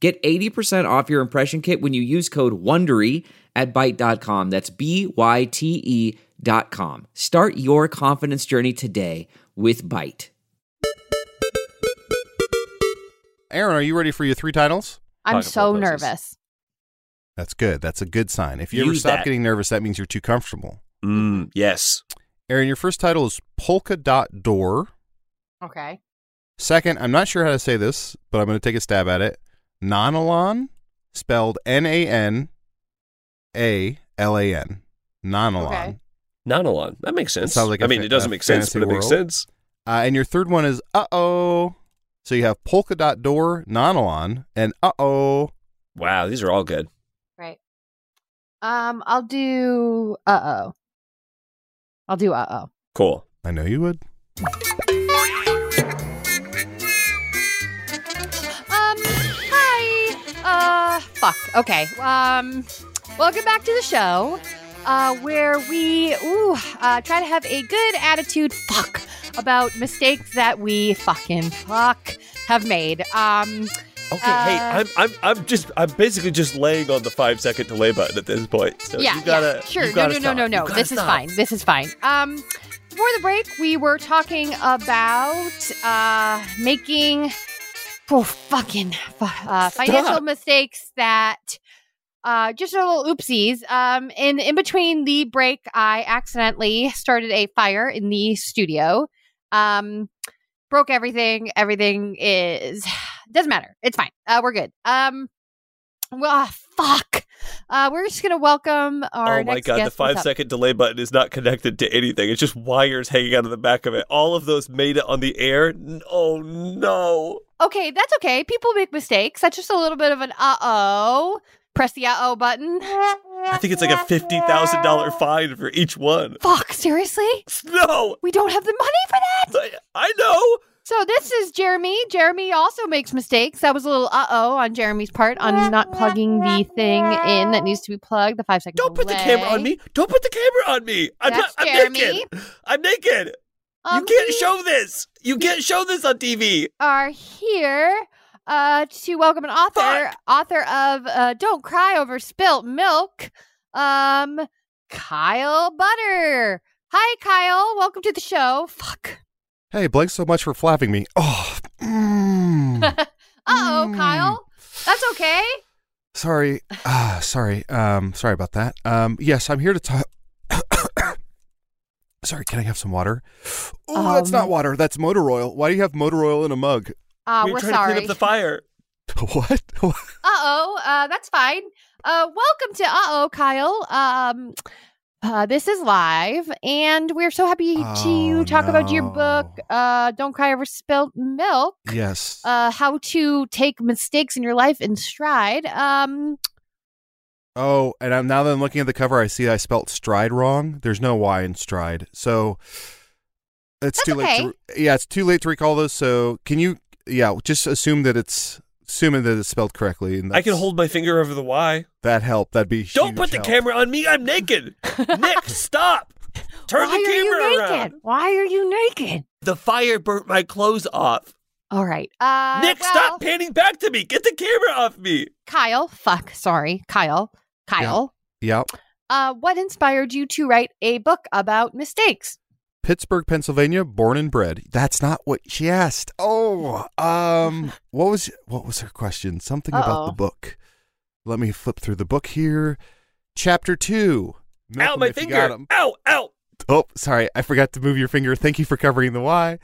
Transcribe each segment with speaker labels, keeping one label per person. Speaker 1: Get 80% off your impression kit when you use code WONDERY at Byte.com. That's b y t e dot com. Start your confidence journey today with Byte.
Speaker 2: Aaron, are you ready for your three titles?
Speaker 3: I'm
Speaker 4: Pocket
Speaker 3: so
Speaker 4: full of poses.
Speaker 3: nervous.
Speaker 2: That's good. That's a good sign. If you ever
Speaker 4: Use
Speaker 2: stop
Speaker 4: that.
Speaker 2: getting nervous, that means you're too comfortable.
Speaker 4: Mm, yes.
Speaker 2: Aaron, your first title is Polka Dot Door.
Speaker 3: Okay.
Speaker 2: Second, I'm not sure how to say this, but I'm going to take a stab at it. Nonalan, spelled N A N A L A N. Nonalan.
Speaker 3: Okay.
Speaker 4: Nonalon. That makes sense.
Speaker 2: sounds like
Speaker 4: I
Speaker 2: a
Speaker 4: mean,
Speaker 2: fa-
Speaker 4: it doesn't
Speaker 2: a
Speaker 4: make sense,
Speaker 2: fantasy
Speaker 4: but it makes
Speaker 2: world.
Speaker 4: sense.
Speaker 2: Uh, and your third one is Uh Oh. So you have Polka Dot Door, Nonalan, and Uh Oh.
Speaker 4: Wow, these are all good.
Speaker 3: Right. Um, I'll do uh oh. I'll do uh oh.
Speaker 4: Cool.
Speaker 2: I know you would.
Speaker 3: Um, hi. Uh, fuck. Okay. Um, welcome back to the show, uh, where we ooh uh, try to have a good attitude. Fuck about mistakes that we fucking fuck have made. Um,
Speaker 4: Okay, hey,
Speaker 3: Uh,
Speaker 4: I'm, I'm, I'm just, I'm basically just laying on the five second delay button at this point. So
Speaker 3: yeah,
Speaker 4: you gotta,
Speaker 3: yeah. Sure.
Speaker 4: you gotta
Speaker 3: no, no, no,
Speaker 4: stop.
Speaker 3: no,
Speaker 4: You
Speaker 3: no.
Speaker 4: gotta
Speaker 3: This is
Speaker 4: stop.
Speaker 3: fine. This is fine. Um, before the break, we were talking about uh making oh fucking fu- uh, financial
Speaker 4: Stop.
Speaker 3: mistakes that uh just a little oopsies. Um, and in between the break, I accidentally started a fire in the studio. Um, broke everything. Everything is doesn't matter. It's fine. Uh, we're good. Um, well, ah, fuck. Uh, we're just gonna welcome our.
Speaker 4: oh my
Speaker 3: next
Speaker 4: god, the
Speaker 3: guest. What's
Speaker 4: five
Speaker 3: up?
Speaker 4: second delay button is not connected to anything. It's just wires hanging out of the back of it. All of those made it on the air. N- Oh no.
Speaker 3: Okay, that's okay. People make mistakes. That's just a little bit of an uh oh. Press the uh oh button.
Speaker 4: I think it's like a fifty thousand dollar fine for each one.
Speaker 3: Fuck, seriously?
Speaker 4: No,
Speaker 3: We don't have the money for that.
Speaker 4: I, I know.
Speaker 3: So this is Jeremy. Jeremy also makes mistakes. That was a little uh oh on Jeremy's part on not plugging the thing in that needs to be plugged. The five second.
Speaker 4: Don't put the camera on me. Don't put the camera on me. I'm
Speaker 3: That's
Speaker 4: not. I'm
Speaker 3: Jeremy.
Speaker 4: naked. I'm naked.
Speaker 3: Oh, Um,
Speaker 4: you can't show this. You can't show this on TV.
Speaker 3: are here uh, to welcome an author,
Speaker 4: Fuck.
Speaker 3: author of uh, "Don't Cry Over Spilt Milk," um, Kyle Butter. Hi, Kyle. Welcome to the show. Fuck.
Speaker 2: Hey, Blake, so much for flapping me. Oh, mm.
Speaker 3: Uh oh,
Speaker 4: Hmm.
Speaker 2: Mm.
Speaker 3: Kyle. That's okay.
Speaker 2: sorry. Ah, sorry. Um, sorry about that. Um, yes, I'm here to talk. sorry, can I have some water? Oh, that's not
Speaker 3: Um.
Speaker 2: water. That's motor oil. Why do you have motor oil in a mug?
Speaker 3: Uh,
Speaker 4: we
Speaker 3: we're
Speaker 4: were trying to
Speaker 3: sorry.
Speaker 4: clean up the fire.
Speaker 2: what?
Speaker 3: uh oh, uh, that's fine. Uh, welcome to Uh oh, Kyle. Um, uh, this is live, and we're so happy
Speaker 2: Oh,
Speaker 3: to talk about your
Speaker 2: no.
Speaker 3: book, uh, Don't Cry Over Spilt Milk.
Speaker 2: yes.
Speaker 3: uh, how to take mistakes in your life in stride. Um,
Speaker 2: Oh, and I'm now that I'm looking at the cover, I see I spelt stride wrong. There's no Y in stride, so it's
Speaker 3: That's
Speaker 2: too
Speaker 3: okay.
Speaker 2: late. To, yeah, it's too late to recall those. So can you? Yeah, just assume that it's assuming that it's spelled correctly. And
Speaker 4: I can
Speaker 2: that's-
Speaker 4: hold my finger over the Y.
Speaker 2: that help. That'd be
Speaker 4: Don't
Speaker 2: huge
Speaker 4: put the
Speaker 2: help.
Speaker 4: camera on me. I'm naked. Nick, stop. Turn
Speaker 3: why
Speaker 4: the
Speaker 3: are you
Speaker 4: camera
Speaker 3: naked?
Speaker 4: around.
Speaker 3: Why are you naked?
Speaker 4: The fire burnt my clothes off.
Speaker 3: All right, uh,
Speaker 4: Nick,
Speaker 3: well,
Speaker 4: stop panning back to me. Get the camera off me.
Speaker 3: Kyle. Fuck, sorry, Kyle. Kyle,
Speaker 2: Yep.
Speaker 3: uh, what inspired you to write a book about mistakes?
Speaker 2: Pittsburgh, Pennsylvania, born and bred. That's not what she asked. Oh, um, what was what was her question? Something about
Speaker 3: Uh-oh.
Speaker 2: the book. Let me flip through the book here. Chapter two. Milk
Speaker 4: ow,
Speaker 2: 'em
Speaker 4: my
Speaker 2: if you got
Speaker 4: finger.
Speaker 2: 'em.
Speaker 4: Ow, ow.
Speaker 2: Oh, sorry, I forgot to move your finger. Thank you for covering the Y.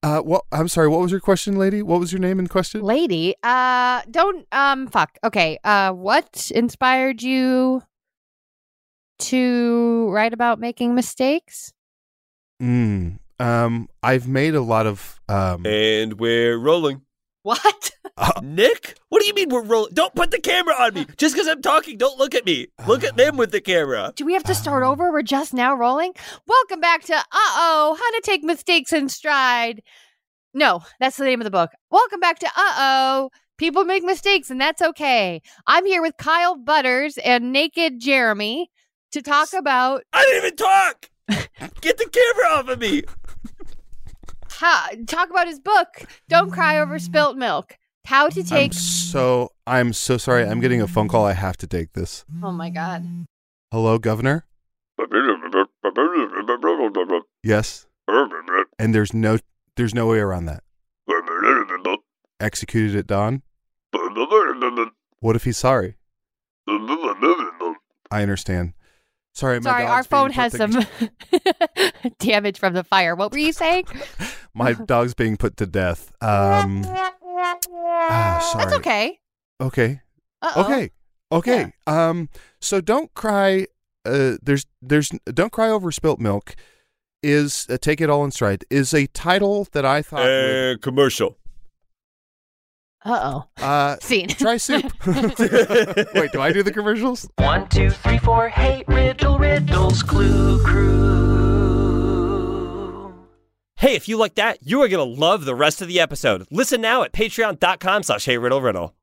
Speaker 2: Uh, what? I'm sorry. What was your question, lady? What was your name in question?
Speaker 3: Lady, uh, don't um, fuck. Okay, uh, what inspired you to write about making mistakes?
Speaker 2: Mm, um, I've made a lot of um.
Speaker 4: And we're rolling.
Speaker 3: What?
Speaker 4: Nick, what do you mean we're rolling? Don't put the camera on me. Just because I'm talking, don't look at me. Look at them with the camera.
Speaker 3: Do we have to start over? We're just now rolling. Welcome back to Uh Oh, How to Take Mistakes in Stride. No, that's the name of the book. Welcome back to Uh Oh, People Make Mistakes and That's Okay. I'm here with Kyle Butters and Naked Jeremy to talk about
Speaker 4: I didn't even talk. Get the camera off of me.
Speaker 3: how, talk about his book, Don't Cry Over Spilt Milk. How to
Speaker 2: I'm
Speaker 3: take.
Speaker 2: so I'm so sorry. I'm getting a phone call. I have to take this.
Speaker 3: Oh my God.
Speaker 2: Hello, Governor. Yes. And there's no there's no way around that. Executed at dawn. What if he's sorry? I understand. Sorry, my
Speaker 3: Sorry,
Speaker 2: dog's
Speaker 3: our
Speaker 2: being
Speaker 3: phone
Speaker 2: put
Speaker 3: has
Speaker 2: to-
Speaker 3: some damage from the fire. What were you saying?
Speaker 2: My dog's being put to death. Um. ah, sorry.
Speaker 3: That's okay.
Speaker 2: Okay.
Speaker 3: Uh-oh.
Speaker 2: Okay. Okay. Um so don't cry uh there's there's don't cry over spilt milk is uh, take it all in stride is a title that I thought would,
Speaker 4: And Uh, commercial.
Speaker 3: Uh oh.
Speaker 2: uh
Speaker 3: Scene.
Speaker 2: try soup. Wait, do I do the commercials?
Speaker 5: One, two, three, four. Hey, riddle, riddles, clue, crew.
Speaker 4: Hey, if you like that, you are going to love the rest of the episode. Listen now at patreon.com slash hey riddle riddle.